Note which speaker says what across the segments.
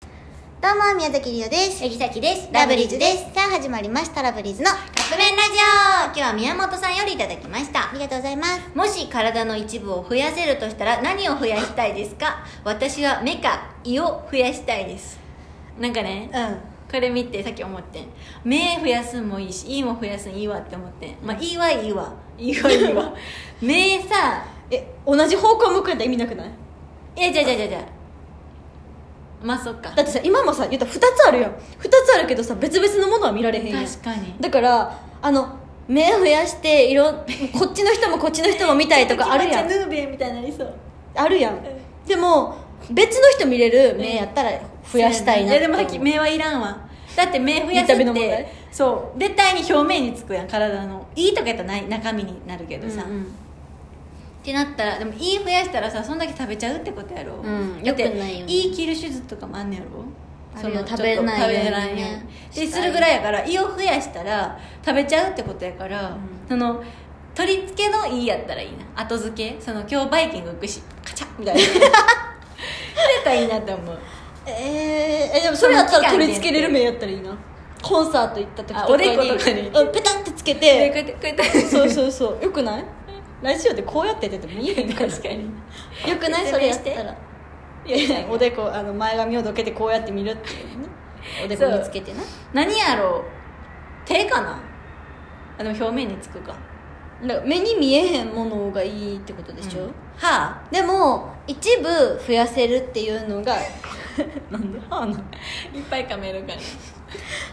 Speaker 1: どうも宮崎りおです
Speaker 2: 杉崎です
Speaker 1: ラブリーズですさあ始まりましたラブリーズのあ
Speaker 2: カップ麺ラジオ今日は宮本さんよりいただきました
Speaker 1: りがとうございます
Speaker 2: もし体の一部を増やせるとしたら何を増やしたいですか私は目か胃を増やしたいですなんかね
Speaker 1: う
Speaker 2: これ見てさっき思ってん目増やすんもいいし胃も増やすんいいわって思ってんまあ胃はいいわ胃はいいわ 目さ
Speaker 1: んえ同じ方向向くんだ意味なくない
Speaker 2: いやじゃあじゃあじゃあじゃあまあそっか
Speaker 3: だってさ今もさ言ったら2つあるやん2つあるけどさ別々のものは見られへんやん
Speaker 2: 確かに
Speaker 3: だからあの目増やしていろこっちの人もこっちの人も見たい とかあるやん
Speaker 2: めっちゃヌーベイみたいになりそう
Speaker 3: あるやんでも別の人見れる目やったら増やしたいな
Speaker 2: やでもさっき目はいらんわだって目増やすっ
Speaker 3: 見た目の問題
Speaker 2: てそう絶対に表面につくやん体のいいとかやったらない中身になるけど
Speaker 3: さ、
Speaker 2: さ、っ
Speaker 3: ん
Speaker 2: てなったらでもいい増やしたらさそんだけ食べちゃうってことやろ、
Speaker 1: うん
Speaker 2: だって
Speaker 1: 良くないよね
Speaker 2: い切る手術とかもあんねやろ
Speaker 1: あるよ
Speaker 2: その
Speaker 1: 食べない
Speaker 2: ちょっ
Speaker 1: よう
Speaker 2: と
Speaker 1: にね
Speaker 2: 食べないように
Speaker 1: したい
Speaker 2: で、するぐらいやから胃を増やしたら食べちゃうってことやから、その取り付けのいいやったらいいな後付けその今日バイキング行くしカチャッみたいなそれやったらいいなと思う
Speaker 3: えーえでもそれやったら
Speaker 2: その期間
Speaker 3: 取り付けれる目やったらいいなコンサート行った時とか
Speaker 2: あ
Speaker 3: に
Speaker 2: おでことかに
Speaker 3: うんペタってつけ
Speaker 2: でこう
Speaker 3: て
Speaker 2: やってこうやって
Speaker 3: そうそうそうよくないラジオでこうやってやってても見えへんから
Speaker 2: 確かに
Speaker 3: よくない
Speaker 2: 説明
Speaker 3: それやったらいやいやおでこあの前髪をどけてこうやって見るっていうね
Speaker 1: んおでこにつけてな
Speaker 2: 何やろう手かなあでも表面につくか
Speaker 3: だから目に見えへんものがいいってことでしょ、
Speaker 2: 歯
Speaker 3: でも一部増やせるっていうのが なん で歯なん
Speaker 2: いっぱい噛めるから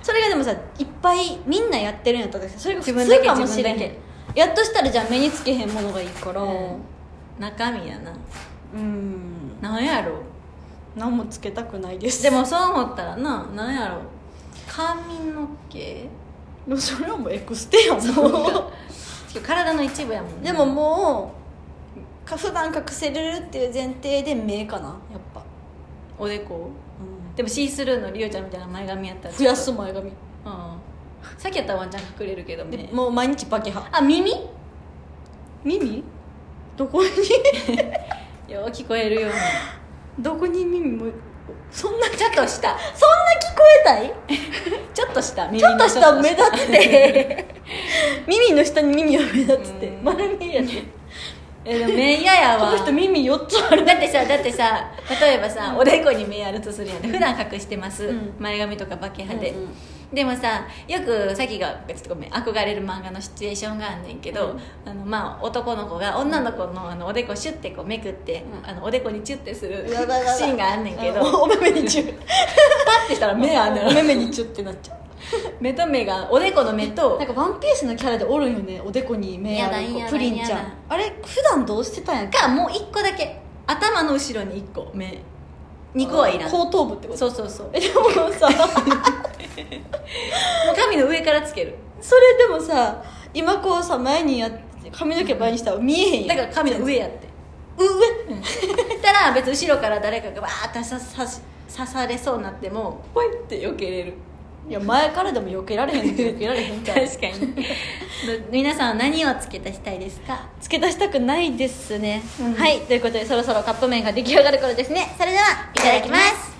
Speaker 3: それがでもさいっぱいみんなやってるんやったらそれが普
Speaker 2: 自分だ
Speaker 3: 通
Speaker 2: け
Speaker 3: かもしれへん
Speaker 2: 自分
Speaker 3: やっとしたらじゃあ目につけへんものがいいから
Speaker 2: うん中身やな
Speaker 3: うん
Speaker 2: 何やろう
Speaker 3: 何もつけたくないです
Speaker 2: でもそう思ったらな何やろう髪の毛
Speaker 3: でもそれはもうエクステやもん
Speaker 2: 体の一部やもんね
Speaker 3: でももうか普段隠せれるっていう前提で目かなやっぱ、
Speaker 2: おでこでもシースルーのリオちゃんみたいな前髪やったらちょ
Speaker 3: 増や
Speaker 2: っと
Speaker 3: す前髪
Speaker 2: うんさっきやったらワンちゃん隠れるけど
Speaker 3: で、
Speaker 2: ね
Speaker 3: もう毎日バキ派
Speaker 2: あ耳
Speaker 3: 耳どこに
Speaker 2: よう聞こえるように
Speaker 3: どこに耳もそんな
Speaker 2: ちょっとし
Speaker 3: そん
Speaker 2: た
Speaker 3: な聞こえた い
Speaker 2: ちょっとした耳
Speaker 3: ちょっ
Speaker 2: の
Speaker 3: とした目立って 耳の下に耳が目立ってて
Speaker 2: うん
Speaker 3: 丸見えやね
Speaker 2: えでも目嫌や
Speaker 3: こ
Speaker 2: わ
Speaker 3: の人耳4つある
Speaker 2: だってさだってさ例えばさおでこに目あるとするやん普段隠してます、
Speaker 3: うん
Speaker 2: 前髪とかバケ派で、
Speaker 3: うんうん
Speaker 2: でもさよくさっきがちょっとごめん憧れる漫画のシチュエーションがあんねんけど、あのまあ、男の子が女の子のあのおでこシュッてこうめくって、
Speaker 3: うん
Speaker 2: あのおでこにチュッてする
Speaker 3: うわうわうわ
Speaker 2: シーンがあんねんけど、パ
Speaker 3: おお目目にチュッ
Speaker 2: ッてした ら目あんね
Speaker 3: お
Speaker 2: ん
Speaker 3: 目目にチュってなっちゃう
Speaker 2: 目と目がおでこの目と
Speaker 3: なんかワンピースのキャラでおるんよねおでこに目ある
Speaker 2: やだや
Speaker 3: 子
Speaker 2: だ
Speaker 3: プリンちゃ
Speaker 2: やだ
Speaker 3: んあれ普段どうしてたんやっけ
Speaker 2: かもう1個だけ頭の後ろに1個目2個はいらん
Speaker 3: 後頭部ってこと
Speaker 2: そうそうそう
Speaker 3: えでもさ
Speaker 2: もう髪の上からつける
Speaker 3: それでもさ今こうさ前にやって髪の毛前にしたら見えへんや
Speaker 2: だ
Speaker 3: ん
Speaker 2: から髪の上やって
Speaker 3: 上
Speaker 2: たら別に後ろから誰かがわーって刺さ刺されそうになってもポイって避けれる
Speaker 3: いや前からでも避けられへんの避けられへんから
Speaker 2: 確 かに皆さんは何を付け足したいですか
Speaker 3: 付け足したくないですね、
Speaker 2: うん
Speaker 3: はいということでそろそろカップ麺が出来上がる頃ですね
Speaker 1: ねそれではいただきます